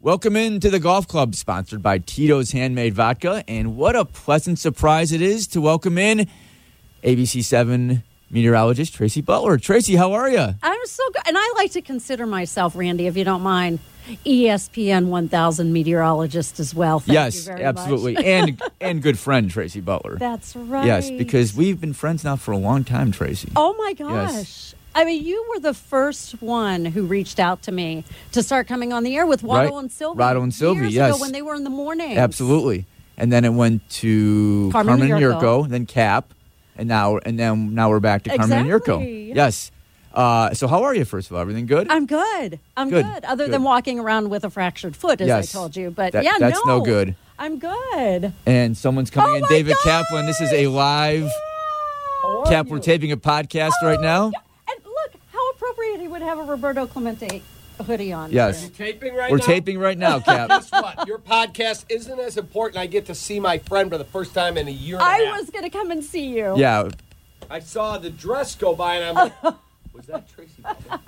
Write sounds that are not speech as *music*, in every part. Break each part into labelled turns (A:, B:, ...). A: Welcome in to the Golf Club, sponsored by Tito's Handmade Vodka. And what a pleasant surprise it is to welcome in ABC7 meteorologist Tracy Butler. Tracy, how are you?
B: I'm so good. And I like to consider myself, Randy, if you don't mind, E ESPN 1000 meteorologist as well. Thank you
A: yes,
B: very
A: absolutely.
B: much. *laughs*
A: and and good friend Tracy Butler.
B: That's right.
A: Yes, because we've been friends now for a long time, Tracy.
B: Oh my gosh. I mean, you were the first one who reached out to me to start coming on the air with Watto
A: Right.
B: and Sylvie.
A: Watto and Sylvie,
B: years
A: yes.
B: Ago when they were in the morning.
A: Absolutely. And then it went to
B: Carmen
A: Carmen and
B: Yurko.
A: Yurko, then Cap, and now and then now we're back to Carmen and
B: Exactly.
A: Yurko. Yes. Uh, so how are you? First of all, everything good?
B: I'm good. I'm
A: Good,
B: good. Other
A: good.
B: than walking around with a fractured foot, as
A: Yes.
B: I told you. But
A: That-
B: yeah,
A: that's no good.
B: I'm good.
A: and someone's coming
B: Oh
A: in.
B: my
A: David Kaplan. This is a live
B: How
A: Cap.
B: are
A: We're
B: you?
A: taping a podcast
B: Oh,
A: right now.
B: yeah. And look how appropriate he would have a Roberto Clemente hoodie on.
A: Yes.
B: today.
C: Taping right
A: We're
C: now.
A: taping right now,
B: *laughs*
A: Cap.
C: *laughs* Guess what? Your podcast isn't as important. I get to see my friend for the first time in a year. And
B: I
C: a half.
B: was going to come and see you.
A: yeah.
C: I saw the dress go by, and I'm
B: *laughs*
C: like, was that Tracy? Butler?"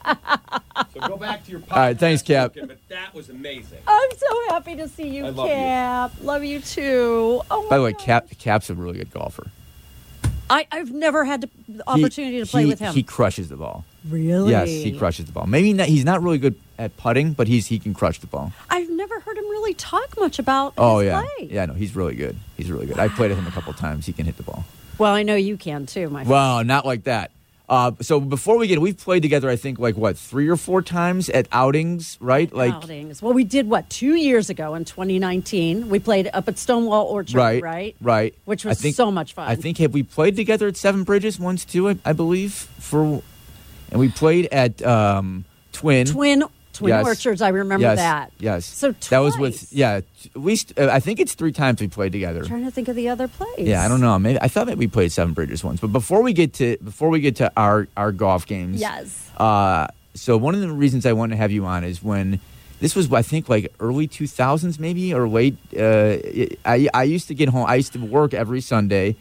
C: so go back to your podcast.
A: All right, thanks, Cap.
C: Lincoln, But that was amazing.
B: I'm so happy to see you,
C: I love you.
B: Cap. Love you too. Oh my
A: By the way,
B: gosh.
A: Cap Cap's a really good golfer.
B: I, I've never had the
A: He-
B: opportunity to play
A: he-
B: with him.
A: He crushes the ball.
B: really?
A: Yes, he crushes the ball. Maybe not, he's not really good at putting, but he's he can crush the ball.
B: I've never heard him really talk much about
A: Oh
B: his
A: yeah,
B: play.
A: yeah. No, he's really good. He's really good. I played with him a couple times. He can hit the ball.
B: Well, I know you can too, my friend.
A: Wow, not like that. Uh, so before we get, we've played together. I think like what three or four times at outings, right? Like
B: outings. Well, we did what two years ago in 2019. We played up at Stonewall Orchard,
A: right,
B: right?
A: right.
B: Which
A: I
B: was
A: think-
B: so much fun.
A: I think have we played together at Seven Bridges once too? I, I believe for, and we played at um, Twin.
B: Twin Twin
A: Yes.
B: Orchards. I remember
A: yes,
B: that.
A: Yes.
B: So
A: that was with
B: twice.
A: yeah. t- At least uh, I think it's three times we played together.
B: I'm trying to think of the other place.
A: Yeah, I don't know. Maybe I thought maybe we played Seven Bridges once, but before we get to before we get to our our golf games,
B: Yes.
A: Uh, so one of the reasons I wanted to have you on is when this was I think like early two thousands maybe or late. Uh, I I used to get home. I used to work every Sunday,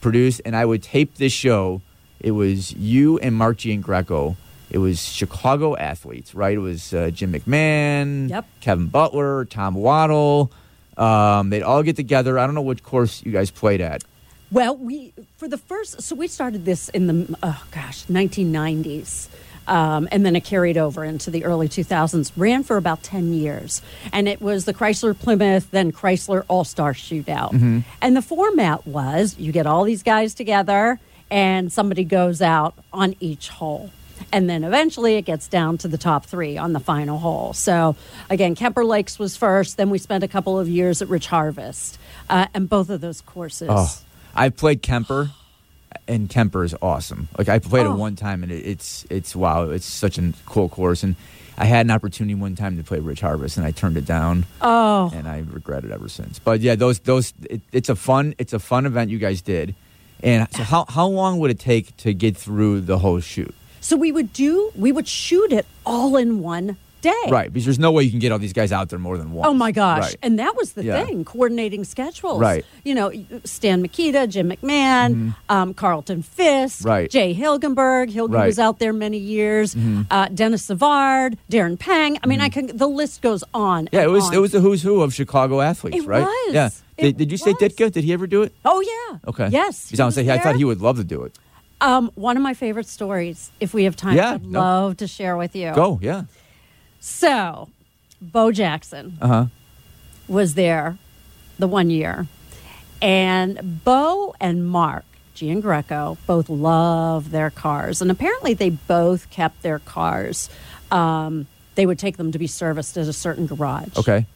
A: produce, and I would tape this show. It was you and Marchie and Greco. It was Chicago athletes, right? It was uh, Jim McMahon,
B: Yep.
A: Kevin Butler, Tom Waddle. Um, they'd all get together. I don't know which course you guys played at.
B: Well, we for the first, so we started this in the oh gosh, 1990s, um, and then it carried over into the early 2000s. Ran for about 10 years, and it was the Chrysler Plymouth, then Chrysler All Star Shootout, and the format was you get all these guys together, and somebody goes out on each hole. And then eventually it gets down to the top three on the final hole. So again, Kemper Lakes was first. Then we spent a couple of years at Rich Harvest, uh, and both of those courses.
A: Oh, I played Kemper, and Kemper is awesome. Like I played
B: Oh.
A: it one time, and it, it's it's wow, it's such a cool course. And I had an opportunity one time to play Rich Harvest, and I turned it down.
B: Oh,
A: and I regret it ever since. But yeah, those those it, it's a fun it's a fun event you guys did. And so how how long would it take to get through the whole shoot?
B: so we would do, we would shoot it all in one day.
A: Right, because there's no way you can get all these guys out there more than once.
B: Oh my gosh.
A: Right.
B: And that was the
A: Yeah.
B: thing coordinating schedules.
A: Right. Mm-hmm.
B: You know, Stan Makita, Jim McMahon, um, Carlton Fisk,
A: Right.
B: Jay Hilgenberg. Hilgen
A: Right. Mm-hmm.
B: was out there many years. Uh, Dennis Savard, Darren Pang. I mean, I can, the list goes on.
A: yeah, it
B: and
A: was
B: on.
A: it was the who's who of Chicago athletes,
B: It
A: right?
B: was.
A: Yeah. Did,
B: It
A: did you say
B: was.
A: Ditka? Did he ever do it?
B: Oh, yeah.
A: Okay.
B: Yes.
A: Because I was
B: was
A: saying, I thought
B: there.
A: he would love to do it.
B: Um, one of my favorite stories, if we have time,
A: Yeah,
B: I'd
A: no.
B: love to share with you.
A: Go, yeah.
B: So, Bo Jackson
A: Uh huh.
B: was there the one year, and Bo and Mark Gian Greco both love their cars, and apparently they both kept their cars. Um, they would take them to be serviced at a certain garage.
A: Okay.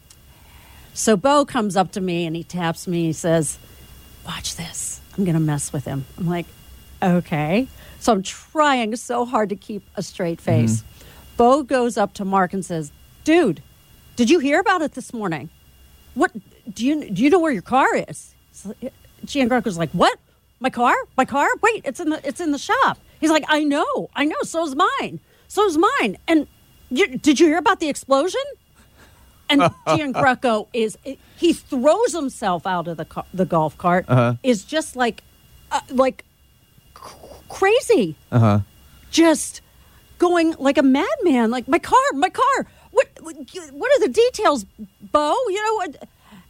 B: So Bo comes up to me and he taps me. He says, Watch this. I'm going to mess with him. I'm like, Okay. So I'm trying so hard to keep a straight face. Bo goes up to Mark and says, Dude, did you hear about it this morning? What do you do you know where your car is? So, uh, Gian Greco's like, What? My car? My car? Wait, it's in the it's in the shop. He's like, I know, I know, so's mine. So's mine. And you, did you hear about the explosion? And Gian Greco is he throws himself out of the car, the golf cart is just like uh, like c- crazy. Uh-huh. Just going like a madman like my car, my car. what, what- what are the details, Bo? You know what?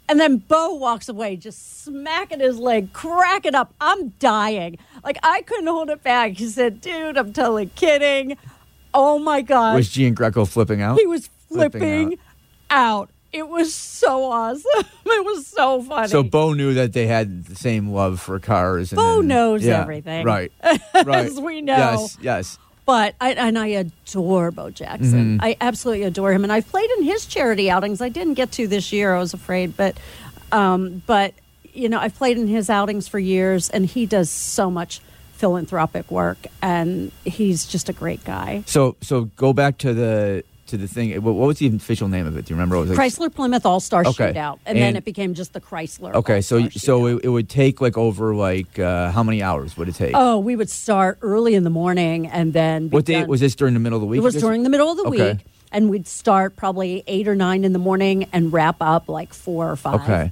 B: And then Bo walks away, just smacking his leg, cracking up. I'm dying. Like, I couldn't hold it back. He said, dude, I'm totally kidding. Oh my gosh.
A: Was Gian Greco flipping out?
B: He was
A: Flipping
B: flipping, out. It was so awesome. *laughs* It was so funny.
A: So Bo knew that they had the same love for cars. And
B: Bo
A: then-
B: knows
A: yeah,
B: everything.
A: right? Right.
B: *laughs* As we know.
A: Yes. Yes.
B: but I, and I adore Bo
A: Mm-hmm.
B: Jackson. I absolutely adore him, and I've played in his charity outings. I didn't get to this year, I was afraid, but um, but you know I've played in his outings for years, and he does so much philanthropic work, and he's just a great guy.
A: So so go back to the to the thing. What, what was the official name of it? Do you remember? It was like-
B: Chrysler Plymouth All Star
A: Okay.
B: Shootout, and, then
A: And-
B: it became just the Chrysler.
A: Okay. So
B: All-Star
A: so
B: Shootout.
A: it, it would take like over like uh, how many hours would it take?
B: oh, we would start early in the morning, and then be
A: what day
B: done-
A: was this during the middle of the week?
B: It was during the middle of the
A: Okay.
B: week, and we'd start probably eight or nine in the morning and wrap up like four or five.
A: Okay.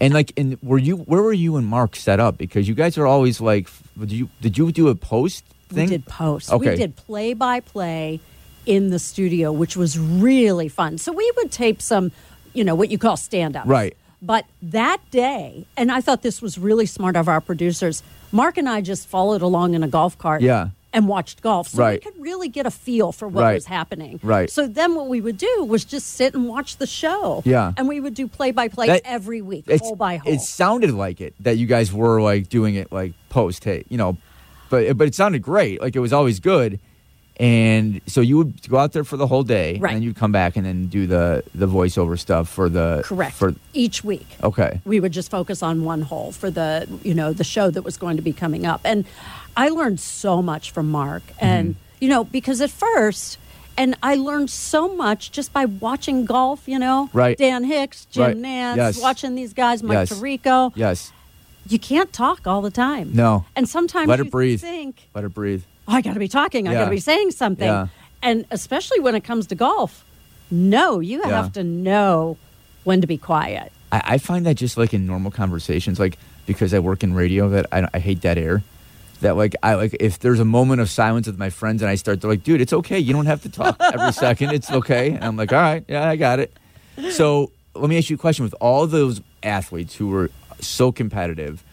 A: And like, and were you? Where were you and Mark set up? Because you guys are always like, f- did you did you do a post
B: We
A: thing?
B: did post.
A: Okay.
B: We did play by play in the studio, which was really fun. So we would tape some, you know, what you call stand up.
A: Right.
B: But that day, and I thought this was really smart of our producers, Mark and I just followed along in a golf cart.
A: Yeah.
B: And watched golf. So
A: Right.
B: we could really get a feel for what
A: Right.
B: was happening.
A: Right.
B: So then what we would do was just sit and watch the show.
A: Yeah.
B: And we would do play by play
A: That-
B: every week,
A: It's-
B: hole by hole.
A: It sounded like it that you guys were like doing it like post hey, you know, but but it sounded great. Like it was always good. And so you would go out there for the whole day,
B: Right.
A: and then you'd come back and then do the the voiceover stuff for the
B: Correct.
A: for
B: Each week.
A: okay
B: we would just focus on one hole for the you know the show that was going to be coming up and i learned so much from mark
A: Mm-hmm.
B: and you know because at first and i learned so much just by watching golf you know
A: Right.
B: dan hicks jim
A: Right.
B: nance
A: Yes.
B: watching these guys mike
A: Yes.
B: tirico
A: yes
B: you can't talk all the time
A: No.
B: and sometimes
A: Let it
B: you
A: breathe.
B: think
A: let it breathe
B: oh, I got to be talking. I
A: Yeah.
B: got to be saying something.
A: Yeah.
B: And especially when it comes to golf, no, you
A: Yeah.
B: have to know when to be quiet.
A: I, I find that just like in normal conversations, like because I work in radio, that I, I hate dead air. That like I like if there's a moment of silence with my friends and I start to like, dude, it's okay. You don't have to talk every second. It's okay. And I'm like, all right, yeah, I got it. So let me ask you a question: With all those athletes who were so competitive,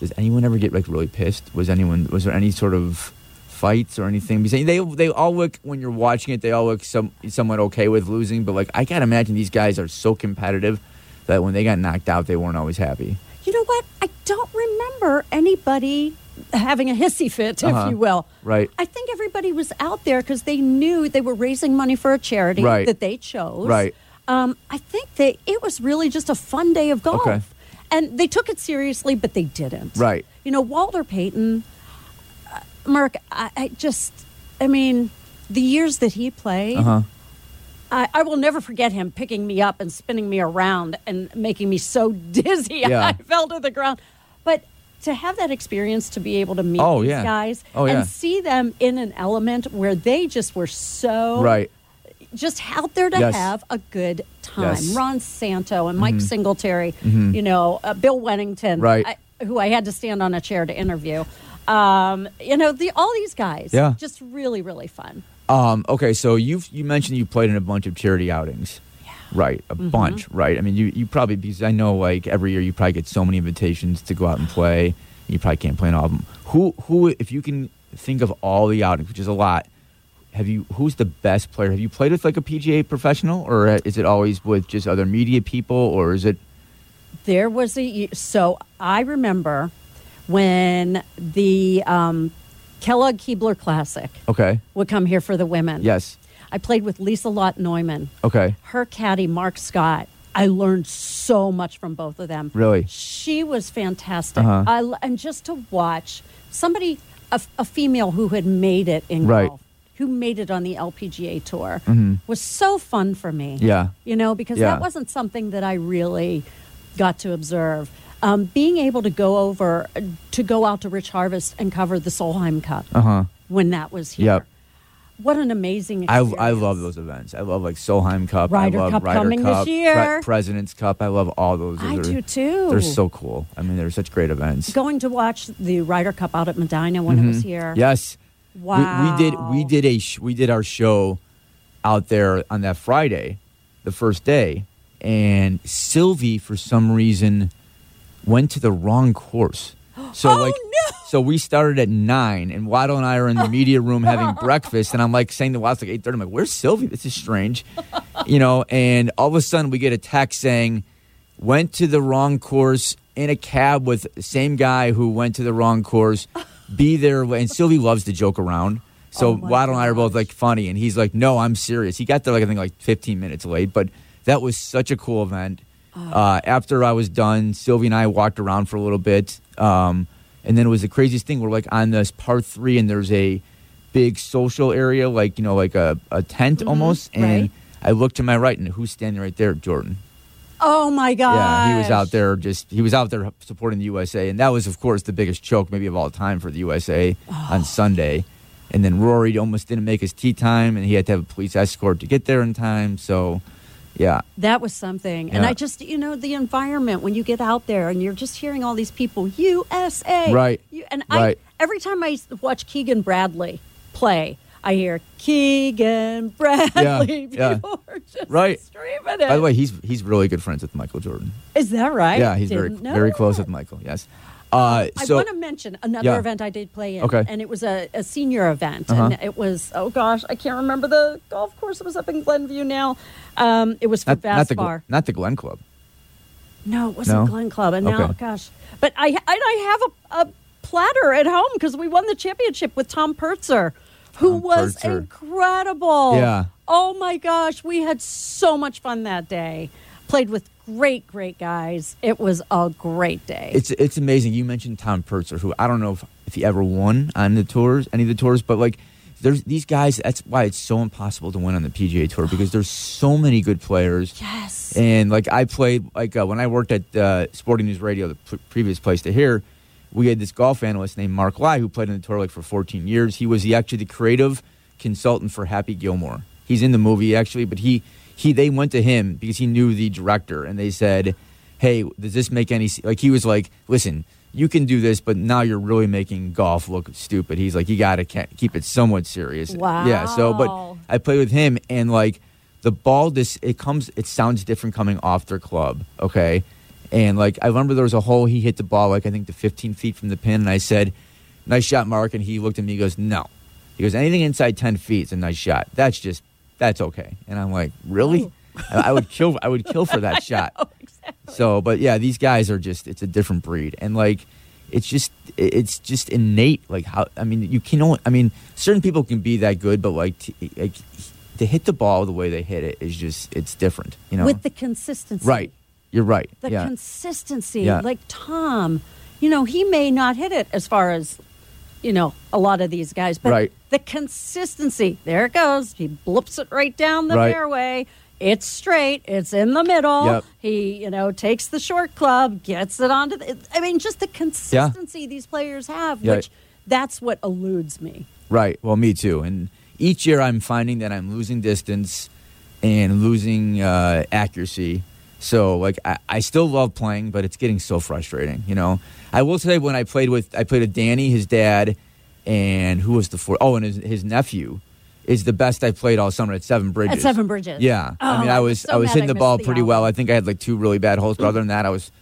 A: does anyone ever get like really pissed? Was anyone? Was there any sort of fights or anything? Because they they all look when you're watching it, they all look some somewhat okay with losing. But like I can't imagine these guys are so competitive that when they got knocked out, they weren't always happy.
B: You know what? I don't remember anybody having a hissy fit,
A: Uh-huh.
B: if you will.
A: Right.
B: I think everybody was out there because they knew they were raising money for a charity
A: Right.
B: that they chose.
A: Right.
B: Um, I think that it was really just a fun day of golf.
A: Okay.
B: And they took it seriously, but they didn't.
A: Right.
B: You know, Walter Payton, uh, Mark, I, I just, I mean, the years that he played,
A: Uh huh.
B: I, I will never forget him picking me up and spinning me around and making me so *laughs* dizzy
A: Yeah.
B: I fell to the ground. But to have that experience, to be able to meet
A: Oh,
B: these
A: yeah.
B: guys
A: Oh, yeah.
B: and see them in an element where they just were so
A: Right.
B: just out there to
A: Yes.
B: have a good time.
A: Yes. Mm-hmm.
B: Ron Santo and Mike Singletary, you know, uh, Bill Wennington,
A: Right.
B: I, who I had to stand on a chair to interview. Um, you know, the, all these guys,
A: Yeah.
B: just really, really fun.
A: Um, okay, so you have you mentioned you played in a bunch of charity outings. Right, a
B: Mm-hmm.
A: bunch, right? I mean, you, you probably, because I know like every year you probably get so many invitations to go out and play. You probably can't play in all of them. Who, who, if you can think of all the outings, which is a lot, have you, who's the best player? Have you played with like a PGA professional or is it always with just other media people or is it,
B: There was a so I remember when the um, Kellogg Keebler Classic
A: okay,
B: would come here for the women.
A: yes,
B: I played with Lisa Lott Neumann,
A: okay,
B: her caddy Mark Scott. I learned so much from both of them.
A: Really?
B: she was fantastic.
A: Uh-huh.
B: I l and just to watch somebody, a, a female who had made it in
A: Right.
B: golf, who made it on the LPGA tour,
A: Mhm.
B: was so fun for me
A: yeah,
B: you know, because
A: Yeah.
B: that wasn't something that I really got to observe. Um, being able to go over to go out to Rich Harvest and cover the Solheim Cup
A: uh huh.
B: when that was here.
A: Yep.
B: What an amazing
A: I,
B: experience.
A: I love those events. I love like Solheim Cup.
B: Ryder
A: I love
B: Cup
A: Ryder
B: coming this
A: Cup,
B: year.
A: President's Cup. I love all those.
B: I
A: Those are-
B: do too.
A: They're so cool. I mean, they're such great events. Mm.
B: Going to watch the Ryder Cup out at Medina when it was here.
A: Yes. Mm-hmm. We-
B: Wow.
A: We, did. We did a. Sh- we did our show out there on that Friday, the first day, and Sylvie for some reason went to the wrong
B: *gasps*
A: course. So
B: Oh,
A: like
B: no!
A: so we started at nine and Waddle and I are in the media
B: *laughs*
A: room having breakfast and I'm like saying to Waddle it's like eight thirty, I'm like, Where's Sylvie? This is
B: *laughs*
A: strange. You know, and all of a sudden we get a text saying, Went to the wrong course in a cab with the same guy who went to the wrong course. Be there and Sylvie loves to joke around. So
B: Oh my
A: Waddle and I are both
B: gosh.
A: like funny and he's like, No, I'm serious. He got there like I think like fifteen minutes late, but that was such a cool event. Uh, after I was done, Sylvie and I walked around for a little bit. Um, and then it was the craziest thing. We're like on this part three, and there's a big social area, like, you know, like a, a tent almost. And
B: right.
A: I looked to my right, and who's standing right there? Jordan.
B: Oh my god!
A: Yeah, he was out there just, he was out there supporting the USA. And that was, of course, the biggest choke maybe of all time for the USA on
B: Oh.
A: Sunday. And then Rory almost didn't make his tea time, and he had to have a police escort to get there in time. So, yeah.
B: That was something. And
A: Yeah.
B: I just, you know, the environment when you get out there and you're just hearing all these people, USA.
A: Right.
B: You, and
A: Right.
B: I, every time I s- watch Keegan Bradley play, I hear Keegan Bradley.
A: yeah.
B: People are *laughs* just
A: Right.
B: screaming it.
A: By the way, he's he's really good friends with Michael Jordan.
B: is that right?
A: yeah, he's very
B: Didn't know
A: very close
B: that.
A: with Michael. Yes. Uh,
B: I
A: so
B: want to mention another
A: Yeah.
B: event I did play in.
A: Okay.
B: And it was a, a senior event.
A: Uh-huh.
B: And it was, oh gosh, I can't remember the golf course. It was up in Glenview now. Um, it was for
A: not, not
B: Bass
A: the Gl-
B: Bar.
A: not the Glen Club.
B: No, it wasn't
A: No?
B: Glen Club. And now,
A: Okay.
B: gosh, but I and I have a, a platter at home because we won the championship with Tom Pertzer, who
A: Tom
B: was
A: Pertzer.
B: incredible.
A: Yeah.
B: Oh my gosh, we had so much fun that day. Played with great, great guys. It was a great day.
A: It's it's amazing. You mentioned Tom Pertzer, who I don't know if, if he ever won on the tours, any of the tours, but like there's these guys. That's why it's so impossible to win on the PGA tour because there's so many good players.
B: yes.
A: And like I played, like uh, when I worked at uh, Sporting News Radio, the p- previous place to here, we had this golf analyst named Mark Lai who played in the tour like for 14 years. He was the, actually the creative consultant for Happy Gilmore. He's in the movie actually, but he he they went to him because he knew the director and they said, "Hey, does this make any s-" like?" He was like, "Listen." You can do this, but now you're really making golf look stupid. He's like, you got to keep it somewhat serious. Yeah. So, but
B: Wow.
A: I played with him, and like the ball, this it comes, it sounds different coming off their club, okay. And like I remember there was a hole he hit the ball like I think to 15 feet from the pin, and I said, "Nice shot, Mark." And he looked at me, he goes, "No," he goes, "Anything inside 10 feet is a nice shot. That's just that's okay." And I'm like, "Really?" I I would kill. I would kill for that shot. So, but yeah, these guys are just it's a different breed, and like it's just it's just innate. Like how I mean, you can only I mean, certain people can be that good, but like to, like to hit the ball the way they hit it is just it's different. You know,
B: With the consistency.
A: right? You're right.
B: the
A: yeah,
B: consistency.
A: Yeah.
B: Like Tom, you know, he may not hit it as far as, you know, a lot of these guys, but
A: Right.
B: the consistency. There it goes. He blips it right down the
A: Right.
B: fairway. It's straight. It's in the middle.
A: Yep.
B: He, you know, takes the short club, gets it onto the. I mean, just the consistency these players have,
A: Yeah.
B: which that's what eludes me.
A: right. Well, me too. And each year I'm finding that I'm losing distance and losing uh, accuracy. So like I, I still love playing, but it's getting so frustrating. You know, I will say when I played with I played with Danny, his dad, and who was the four? Oh, and his, his nephew is the best I played all summer at Seven Bridges.
B: At Seven Bridges.
A: Yeah, I
B: Oh,
A: mean, I was
B: so
A: I was
B: mad
A: hitting the
B: missed
A: ball pretty
B: alley.
A: well. I think I had like two really bad holes, but other than that, I was.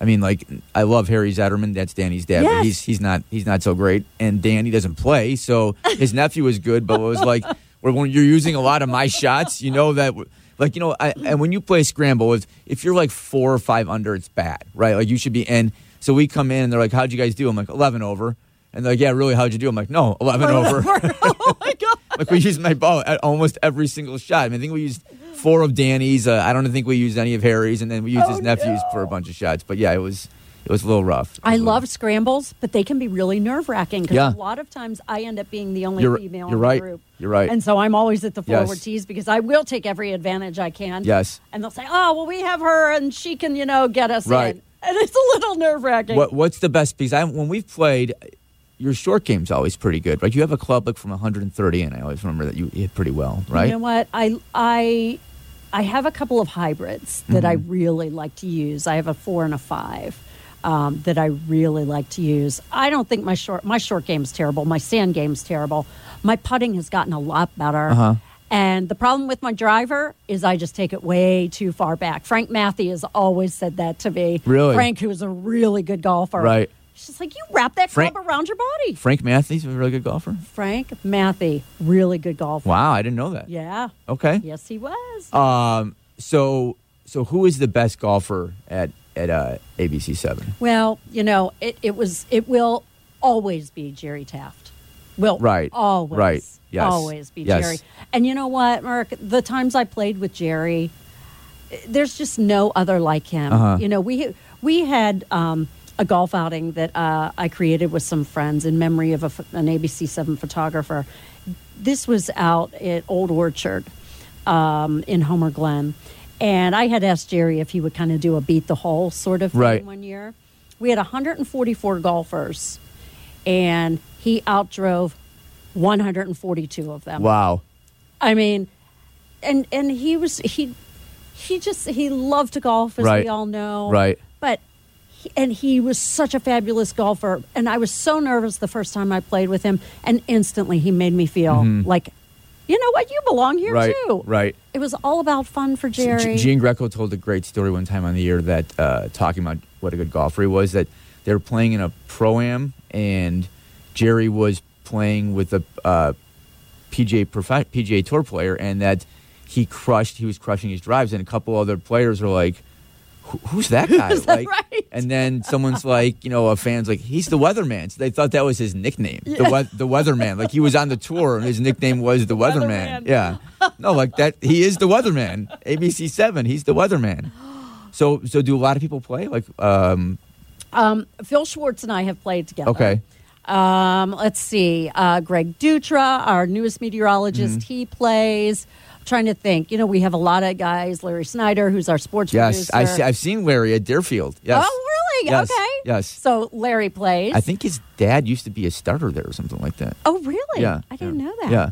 A: I mean, like I love Harry Zetterman. That's Danny's dad, but
B: Yes.
A: he's he's not he's not so great. And Danny doesn't play, so
B: *laughs*
A: his nephew is good. But it was like when when you're using a lot of my shots, you know that. Like you know, I, and when you play scramble, if if you're like four or five under, it's bad, right? Like you should be in. So we come in and they're like, "How'd you guys do?" I'm like, 11 over," and they're like, "Yeah, really? How'd you do?" I'm like, "No, 11
B: *laughs*
A: over."
B: oh my god.
A: Like we used my ball at almost every single shot. I, mean, I think we used four of Danny's. Uh, I don't think we used any of Harry's, and then we used his
B: Oh,
A: nephews for a bunch of shots. But yeah, it was it was a little rough. It was
B: I
A: a little-
B: love scrambles, but they can be really nerve wracking because
A: Mm-hmm. Yeah.
B: a lot of times I end up being the only
A: You're-
B: female
A: you're
B: in
A: right.
B: the group.
A: You're right.
B: And so I'm always at the
A: Yes.
B: forward tees because I will take every advantage I can.
A: Yes.
B: And they'll say, oh, well, we have her and she can, you know, get us
A: Right.
B: in. And it's a little nerve wracking.
A: What what's the best because I when we've played, your short game's always pretty good, right? You have a club like from 130, and I always remember that you hit pretty well, right?
B: You know what? I I I have a couple of hybrids that I
A: Mm-hmm.
B: really like to use. I have a four and a five um, that I really like to use. I don't think my short my short game's terrible. My sand game's terrible. My putting has gotten a lot better.
A: Uh-huh.
B: And the problem with my driver is I just take it way too far back. Frank Matthew has always said that to me.
A: Really?
B: Frank, who is a really good golfer.
A: Right.
B: She's like, you wrap that
A: Frank-
B: club around your body.
A: Frank Matthews, a really good golfer.
B: Frank Matthew, really good golfer.
A: Wow, I didn't know that.
B: Yeah.
A: Okay.
B: Yes, he was.
A: Um. So so who is the best golfer at at uh, ABC Seven?
B: Well, you know, it, it was it will always be Jerry Taft. Will
A: Right.
B: always
A: Right. Yes.
B: always be
A: Yes.
B: Jerry. And you know what, Mark? The times I played with Jerry, there's just no other like him.
A: Uh-huh.
B: You know, we we had um, a golf outing that uh, I created with some friends in memory of a, ph- an ABC Seven photographer. This was out at Old Orchard um, in Homer Glen, and I had asked Jerry if he would kind of do a beat the hole sort of thing
A: Right.
B: one year. We had 144 golfers, and he outdrove 142 of them.
A: Wow.
B: I mean, and and he was he he just he loved to golf as
A: Right.
B: we all know.
A: Right.
B: But he, and he was such a fabulous golfer, and I was so nervous the first time I played with him, and instantly he made me feel like, you know what, you belong here
A: Mm-hmm. right.
B: too.
A: Right.
B: It was all about fun for
A: G-
B: Jerry.
A: Gene Greco told a great story one time on the air that uh, talking about what a good golfer he was. That they were playing in a pro am, and Jerry was playing with a uh, PGA prof- PGA Tour player, and that he crushed. He was crushing his drives, and a couple other players were like. "Who- *laughs* Who's that guy?
B: Is that
A: like,
B: right?
A: And then someone's like, you know, a fan's like, he's the weatherman. So they thought that was his nickname, the, we- the weatherman. Like he was on the tour, and his nickname was the weatherman.
B: Weatherman.
A: Yeah, no, like that. He is the weatherman. ABC Seven. He's the weatherman. So, so do a lot of people play? Like, um,
B: Um, Phil Schwartz and I have played together.
A: okay,
B: Um, let's see. Uh, Greg Dutra, our newest meteorologist,
A: Mm-hmm.
B: he plays. I'm trying to think. You know, we have a lot of guys. Larry Snyder, who's our sports
A: yes, I
B: producer.
A: see, I've seen Larry at Deerfield. Yes,
B: Oh, really?
A: Yes,
B: Okay.
A: yes.
B: So Larry plays.
A: I think his dad used to be a starter there or something like that.
B: Oh, really?
A: Yeah,
B: I didn't
A: yeah,
B: know that.
A: yeah.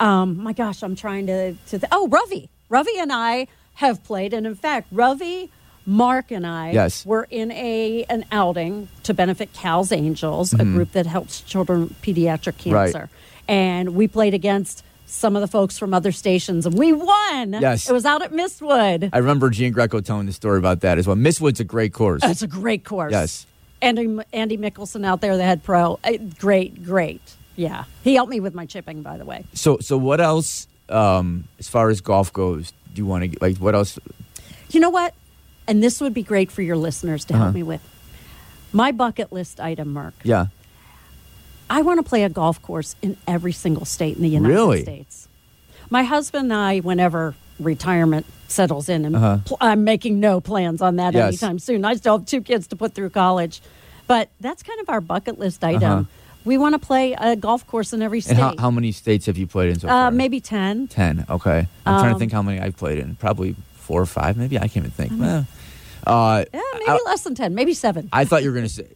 B: Um, my gosh, I'm trying to. to th- oh, Ravi. Ravi and I have played, and in fact, Ravi, Mark, and I
A: Yes.
B: were in a an outing to benefit Cal's Angels, a group that helps children with pediatric
A: Mm-hmm. Right.
B: cancer, and we played against some of the folks from other stations, and we won.
A: Yes.
B: it was out at Mistwood.
A: I remember Gene Greco telling the story about that as well. Miss Wood's a great course.
B: It's a great course.
A: Yes.
B: Andy, Andy Mickelson out there, the head pro. Uh, Great, great. Yeah. He helped me with my chipping, by the way.
A: So, so what else, um, as far as golf goes, do you want to like? What else?
B: You know what? And this would be great for your listeners to help
A: Uh-huh.
B: me with. My bucket list item, Merck.
A: Yeah,
B: I want to play a golf course in every single state in the United
A: Really?
B: States. My husband and I, whenever retirement settles in, and
A: Uh-huh.
B: pl- I'm making no plans on that
A: Yes.
B: anytime soon. I still have two kids to put through college, but that's kind of our bucket list item.
A: Uh-huh.
B: We want to play a golf course in every state.
A: and how, how many states have you played in so far?
B: uh, maybe 10.
A: Ten. Okay. I'm trying to
B: Um,
A: think how many I've played in. Probably four or five, maybe. I can't even think. Well, uh,
B: Yeah, maybe
A: I,
B: less than 10, maybe 7.
A: I thought you were going to say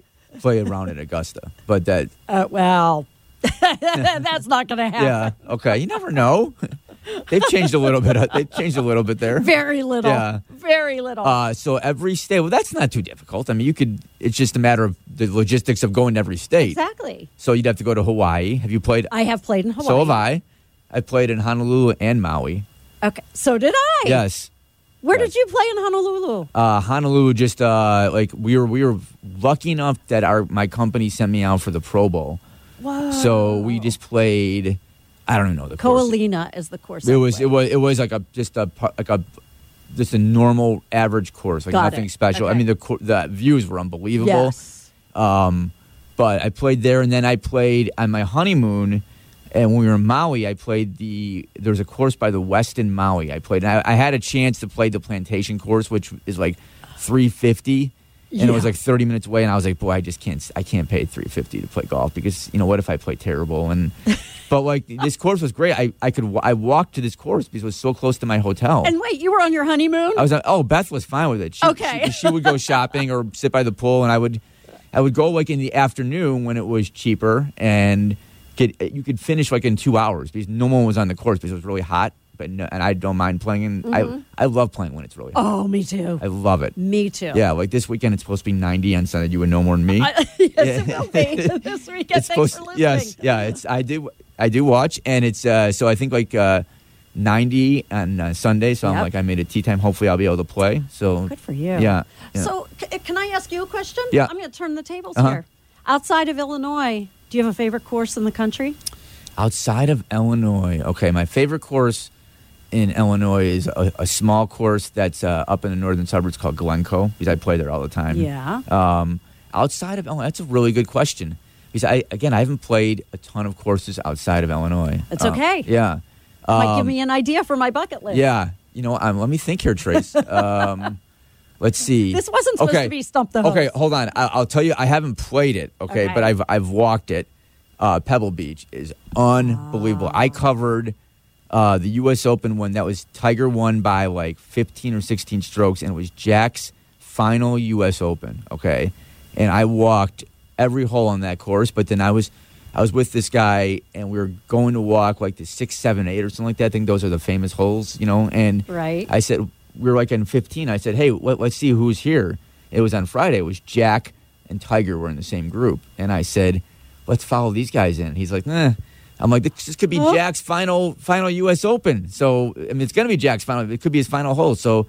A: play around in Augusta, but that.
B: uh, well, *laughs* that's not going to happen.
A: Yeah. Okay. You never know. They've changed a little bit. uh, They've changed a little bit there.
B: Very little.
A: Yeah.
B: Very little.
A: Uh, so every state. Well, that's not too difficult. I mean, you could. It's just a matter of the logistics of going to every state.
B: exactly.
A: So you'd have to go to Hawaii. Have you played?
B: I have played in Hawaii.
A: So have I. I played in Honolulu and Maui.
B: Okay. So did I.
A: Yes.
B: Where
A: Yeah.
B: did you play in Honolulu?
A: uh, Honolulu just uh, like we were we were lucky enough that our my company sent me out for the Pro Bowl.
B: Wow.
A: So
B: Oh.
A: we just played. I don't even know the course.
B: Koalina is the course.
A: It
B: I
A: was
B: played.
A: it was it was like a just a par- like a just a normal average course, like
B: Got
A: nothing
B: it.
A: special. I
B: Okay.
A: mean the cour- the views were unbelievable.
B: Yes.
A: Um, but I played there, and then I played on my honeymoon. And when we were in Maui, I played the there was a course by the Westin Maui. I played. And I, I had a chance to play the Plantation course, which is like three fifty, and it was
B: Yeah.
A: like thirty minutes away. And I was like, boy, I just can't. I can't pay three fifty to play golf because you know what if I play terrible? And but like this course was great. I I could wa- I walked to this course because it was so close to my hotel.
B: And wait, you were on your honeymoon?
A: I was like, oh, Beth was fine with it. She,
B: Okay.
A: she, she would
B: *laughs*
A: go shopping or sit by the pool, and I would, I would go like in the afternoon when it was cheaper and get you could finish like in two hours because no one was on the course because it was really hot. But no, and I don't mind playing. And I, I love playing when it's really hot.
B: Mm-hmm. oh, me too.
A: I love it.
B: me too.
A: Yeah, like this weekend it's supposed to be 90 on Sunday. You would know more than me.
B: I, *laughs* yes, it
A: *laughs*
B: will be this weekend. Thanks
A: supposed
B: for listening.
A: yes, yeah. It's I do I do watch, and it's uh, so I think like uh, 90 on uh, Sunday, so I'm
B: Yep.
A: like, I made a tea time. Hopefully, I'll be able to play. So
B: Good for you.
A: Yeah. yeah.
B: So, c- uh, can I ask you a question?
A: Yeah.
B: I'm going to turn the tables
A: Uh-huh.
B: here. Outside of Illinois, do you have a favorite course in the country?
A: outside of Illinois, okay, my favorite course in Illinois is a, a small course that's uh, up in the northern suburbs called Glencoe because I play there all the time.
B: Yeah.
A: Um, outside of Illinois, that's a really good question because I again I haven't played a ton of courses outside of Illinois.
B: That's
A: Um,
B: okay.
A: yeah.
B: Might
A: Um,
B: give me an idea for my bucket list.
A: yeah. You know, um, let me think here,
B: *laughs*
A: Trace. Um, let's see.
B: This wasn't supposed
A: Okay.
B: to be stump the host.
A: Okay, hold on. I- I'll tell you. I haven't played it. Okay,
B: Okay.
A: but I've I've walked it. Uh, Pebble Beach is unbelievable.
B: Oh.
A: I covered uh, the U.S. Open when that was Tiger won by like 15 or 16 strokes, and it was Jack's final U.S. Open. Okay, and I walked every hole on that course. But then I was I was with this guy, and we were going to walk like the six, seven, eight, or something like that. I think those are the famous holes, you know. And
B: Right.
A: I said we were like in 15. I said, "Hey, let, let's see who's here." It was on Friday. It was Jack and Tiger were in the same group, and I said, "Let's follow these guys in." He's like, "Nah." I'm like, "This this could be
B: Huh?
A: Jack's final final U.S. Open." So I mean, it's gonna be Jack's final. It could be his final hole. So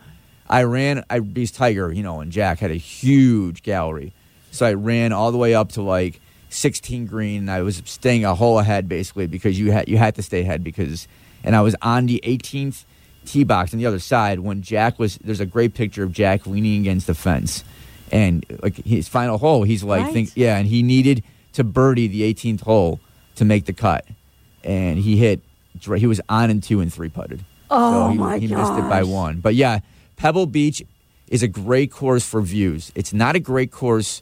A: I ran. I beat Tiger, you know, and Jack had a huge gallery. So I ran all the way up to like 16 green. And I was staying a hole ahead basically because you had you had to stay ahead because, and I was on the 18th tee box on the other side when Jack was. There's a great picture of Jack leaning against the fence, and like his final hole, he's like,
B: Right.
A: think, yeah, and he needed to birdie the 18th hole to make the cut, and he hit. He was on and two and three putted.
B: Oh,
A: so he,
B: my
A: he missed it by
B: gosh.
A: one one. But yeah, Pebble Beach is a great course for views. It's not a great course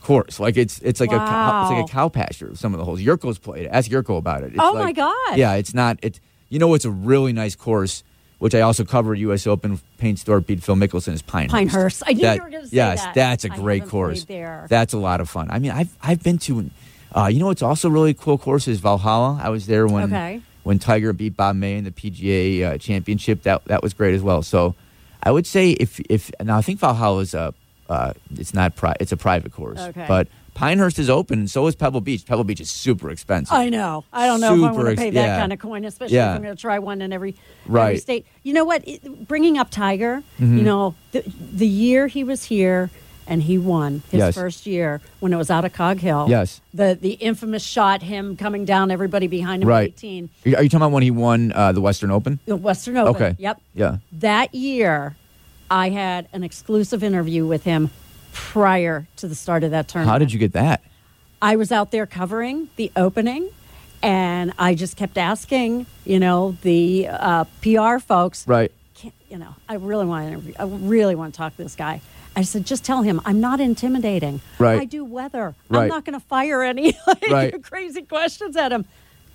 A: course. Like it's it's like a cow, it's like
B: Wow.
A: a cow pasture. Some of the holes. Yurko's played it. Ask Yurko about it. It's
B: Oh,
A: like-
B: my gosh.
A: Yeah, it's not. It you know it's a really nice course, which I also covered at U.S. Open. Payne Thorpe beat Phil Mickelson is Pinehurst.
B: Pinehurst. I knew you
A: That-
B: were gonna say
A: yes,
B: that.
A: that's a
B: I
A: great
B: haven't
A: course.
B: played there.
A: That's a lot of fun. I mean, I've I've been to. Uh, you know what's also really cool course is Valhalla. I was there when
B: Okay.
A: when Tiger beat Bob May in the PGA uh, Championship. That that was great as well. So I would say if if now I think Valhalla is a uh, it's not pri- it's a private course,
B: Okay.
A: but Pinehurst is open and so is Pebble Beach. Pebble Beach is super expensive.
B: I know. I don't know if I want
A: Super
B: to
A: ex-
B: pay that
A: yeah.
B: kind of coin, especially
A: Yeah.
B: if I'm going to try one in every, every
A: Right. Mm-hmm.
B: state. You know what? It- bringing up Tiger, you know, the, the year he was here and he won his
A: Yes.
B: first year when it was out of Cog Hill.
A: Yes.
B: The, the infamous shot, him coming down, everybody behind him, at
A: right?
B: 18.
A: Are you talking about when he won uh, the Western Open?
B: The Western Open.
A: Okay.
B: Yep.
A: Yeah.
B: That year, I had an exclusive interview with him prior to the start of that tournament.
A: How did you get that?
B: I was out there covering the opening, and I just kept asking, you know, the uh, PR folks,
A: Right.
B: Can't, you know, I really want to interview. I really want to talk to this guy. I said, just tell him I'm not intimidating.
A: Right.
B: I do weather. I'm
A: Right.
B: not going to fire any *laughs* like,
A: Right.
B: crazy questions at him.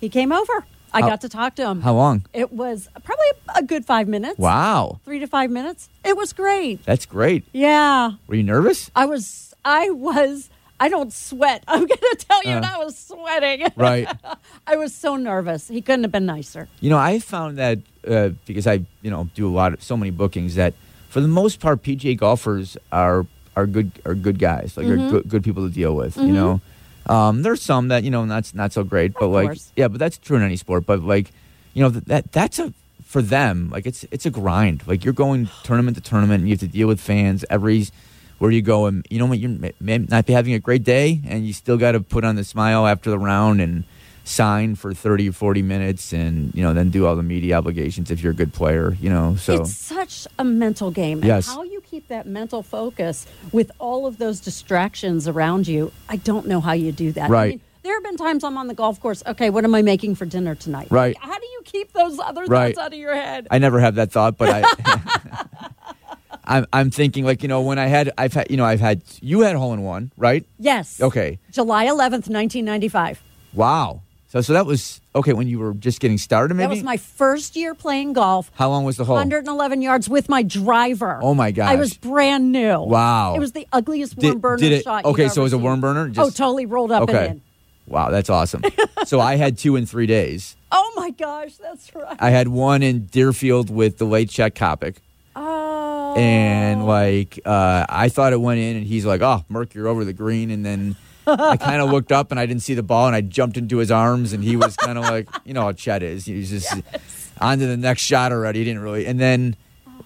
B: He came over. I
A: How-
B: got to talk to him.
A: How long?
B: It was probably a good five minutes.
A: Wow,
B: Three to five minutes. It was great.
A: that's great.
B: Yeah.
A: Were you
B: *laughs*
A: nervous?
B: I was, I was, I don't sweat. *laughs* I'm going to tell you, and
A: Uh.
B: I was sweating. *laughs*
A: Right.
B: I was so nervous. He couldn't have been nicer.
A: You know, I found that uh, because I, you know, do a lot of so many bookings that for the most part, PGA golfers are are good are good guys, like are good, good people to deal with. You know, um, there's some that you know that's not so great, but like
B: course.
A: yeah, but that's true in any sport. But like, you know, th- that that's a for them like it's it's a grind. Like you're going tournament to tournament, and you have to deal with fans every where you go, and you know what, you may, may not be having a great day, and you still got to put on the smile after the round and sign for 30 40 minutes and you know then do all the media obligations if you're a good player you know so
B: It's such a mental game. and
A: Yes.
B: how you keep that mental focus with all of those distractions around you, I don't know how you do that. I
A: Right.
B: mean, there have been times I'm on the golf course. Okay, what am I making for dinner tonight?
A: Right.
B: How do you keep those other
A: Right.
B: thoughts out of your head?
A: I never have that thought, but I, *laughs* I'm, I'm thinking like you know when I had I've had you know I've had you had hole in one right?
B: yes.
A: Okay,
B: July 11th, 1995.
A: wow. So so that was okay when you were just getting started. Maybe
B: That was my first year playing golf.
A: How long was the hole?
B: 111 yards with my driver.
A: Oh, my gosh.
B: I was brand new.
A: Wow.
B: It was the ugliest
A: Did-
B: worm burner
A: did it-
B: shot.
A: okay,
B: you've
A: so it was
B: ever
A: a worm
B: seen.
A: burner?
B: oh,
A: Just-
B: totally rolled up
A: okay.
B: and in.
A: Wow, that's
B: *laughs*
A: awesome. so I had two in three days.
B: Oh my gosh, that's right.
A: I had one in Deerfield with the late Czech Kopic.
B: oh.
A: and like uh, I thought it went in, and he's like, "Oh, Merc, you're over the green." And then I kind of looked up and I didn't see the ball, and I jumped into his arms, and he was kind of like, you know, how Chet is. He's just on to the next shot already. He didn't really. And then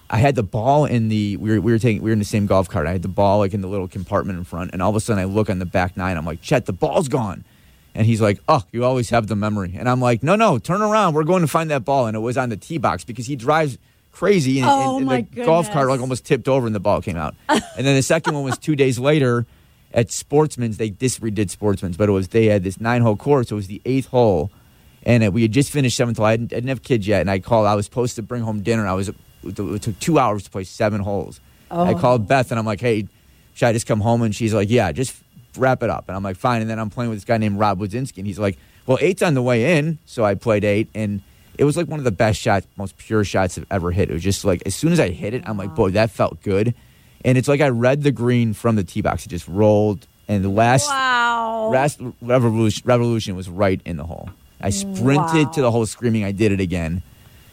A: I had the ball in the we were, we were taking we were in the same golf cart. I had the ball like in the little compartment in front, and all of a sudden I look on the back nine. I'm like, Chet, the ball's gone. And he's like, Oh, you always have the memory. And I'm like, No, no, turn around. We're going to find that ball. And it was on the tee box because he drives crazy. And,
B: Oh,
A: and- and
B: my
A: the golf cart
B: goodness.
A: like almost tipped over and the ball came out. and then the second one
B: *laughs*
A: was two days later at Sportsman's. They dis redid Sportsman's, but it was they had this nine hole course. It was the eighth hole. And it, we had just finished seventh hole. I didn't, I didn't have kids yet. And I called, I was supposed to bring home dinner. I was, it took two hours to play seven holes. I
B: Oh.
A: called Beth and I'm like, hey, should I just come home? And she's like, yeah, just wrap it up. And I'm like, fine. And then I'm playing with this guy named Rob Woodzinski. And he's like, well, eight's on the way in. So I played eight. And it was like one of the best shots, most pure shots I've ever hit. It was just like, as soon as I hit it, I'm like, boy, that felt good. And it's like I read the green from the tee box. It just rolled. And the last,
B: Wow.
A: last revolution, revolution was right in the hole. I sprinted to the hole screaming, I did it again.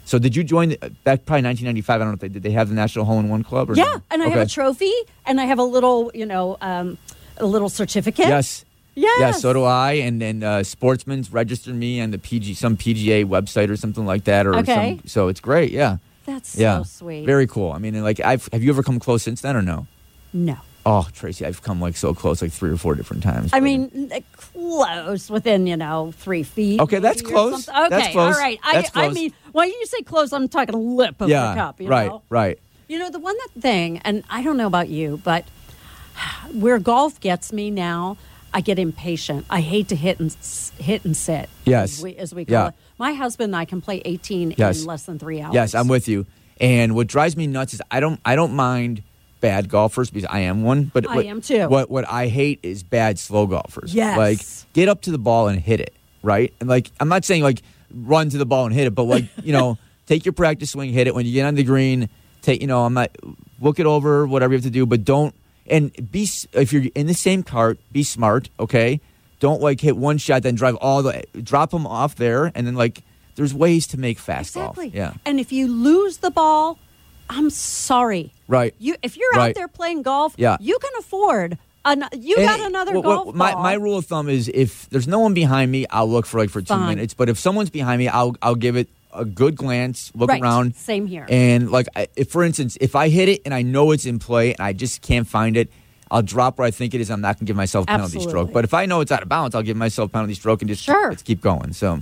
A: So did you join the, back probably 1995? I don't know if they did. They have the National Hole in One Club or
B: Yeah, and I have a
A: Okay.
B: trophy, and I have a little, you know, um, a little certificate.
A: Yes.
B: Yes.
A: Yeah, so do I. And then uh, Sportsman's registered me on the PG, some PGA website or something like that. Or
B: Okay.
A: Some, so it's great. Yeah.
B: That's
A: yeah.
B: so sweet.
A: Very cool. I mean, and, like, I've have you ever come close since then or no?
B: No.
A: Oh, Tracy, I've come like so close, like three or four different times.
B: I
A: but-
B: mean, like, close within you know three feet.
A: Okay, that's
B: maybe, or
A: close.
B: something. Okay,
A: That's close.
B: all right. I,
A: That's
B: I
A: close.
B: mean, when you say close, I'm talking lip of
A: yeah,
B: the cup. You
A: right,
B: know?
A: right.
B: You know, the one that thing, and I don't know about you, but where golf gets me now, I get impatient. I hate to hit and s- hit and sit.
A: Yes.
B: as we, as we call
A: Yeah.
B: it. My husband and I can play 18
A: Yes.
B: in less than three hours.
A: Yes, I'm with you. And what drives me nuts is I don't I don't mind bad golfers because I am one. But
B: I
A: what,
B: am too.
A: What what I hate is bad slow golfers.
B: Yes.
A: like get up to the ball and hit it right. And like I'm not saying like run to the ball and hit it, but like you
B: *laughs*
A: know take your practice swing, hit it when you get on the green. Take you know I'm not look it over whatever you have to do, but don't and be s- if you're in the same cart, be smart. Okay, don't like hit one shot then drive all the drop them off there and then like. There's ways to make fast
B: Exactly.
A: golf. Yeah.
B: And if you lose the ball, I'm sorry.
A: Right.
B: You if you're
A: Right.
B: out there playing golf,
A: Yeah.
B: you can afford an, you
A: And
B: got
A: it-
B: another
A: what-
B: golf
A: what- my,
B: ball.
A: My rule of thumb is if there's no one behind me, I'll look for like for two
B: Fine.
A: minutes. But if someone's behind me, I'll I'll give it a good glance, look
B: Right.
A: around.
B: Same here.
A: And like, I, if for instance, if I hit it and I know it's in play and I just can't find it, I'll drop where I think it is. I'm not gonna give myself a penalty stroke.
B: Absolutely.
A: But if I know it's out of bounds, I'll give myself a penalty stroke and just
B: Sure.
A: let's keep going. So.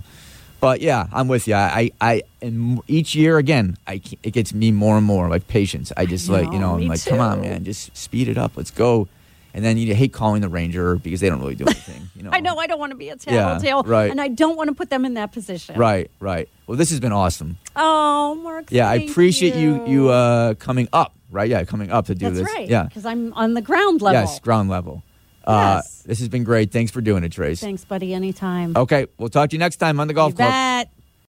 A: But yeah, I'm with you. I, I, I and each year again, I, ca- it gets me more and more like patience. I just like you
B: know,
A: know, I'm
B: me
A: like, come on,
B: too.
A: man, just speed it up. Let's go. And then you hate calling the ranger because they don't really
B: *laughs*
A: do anything. You know.
B: I know I don't want to be a
A: Yeah,
B: tattletale,
A: right.
B: and I don't want to put them in that position.
A: Right, right. Well, this has been awesome.
B: Oh, Mark.
A: Yeah, I
B: thank
A: appreciate you you uh, coming up. Right? Yeah, coming up to do
B: That's
A: this.
B: right.
A: Yeah.
B: because I'm on the ground level.
A: Yes, ground level. Uh,
B: Yes.
A: This has been great. Thanks for doing it, Trace.
B: Thanks, buddy. Anytime.
A: Okay, we'll talk to you next time on the
B: You
A: Oh, golf club.
B: bet.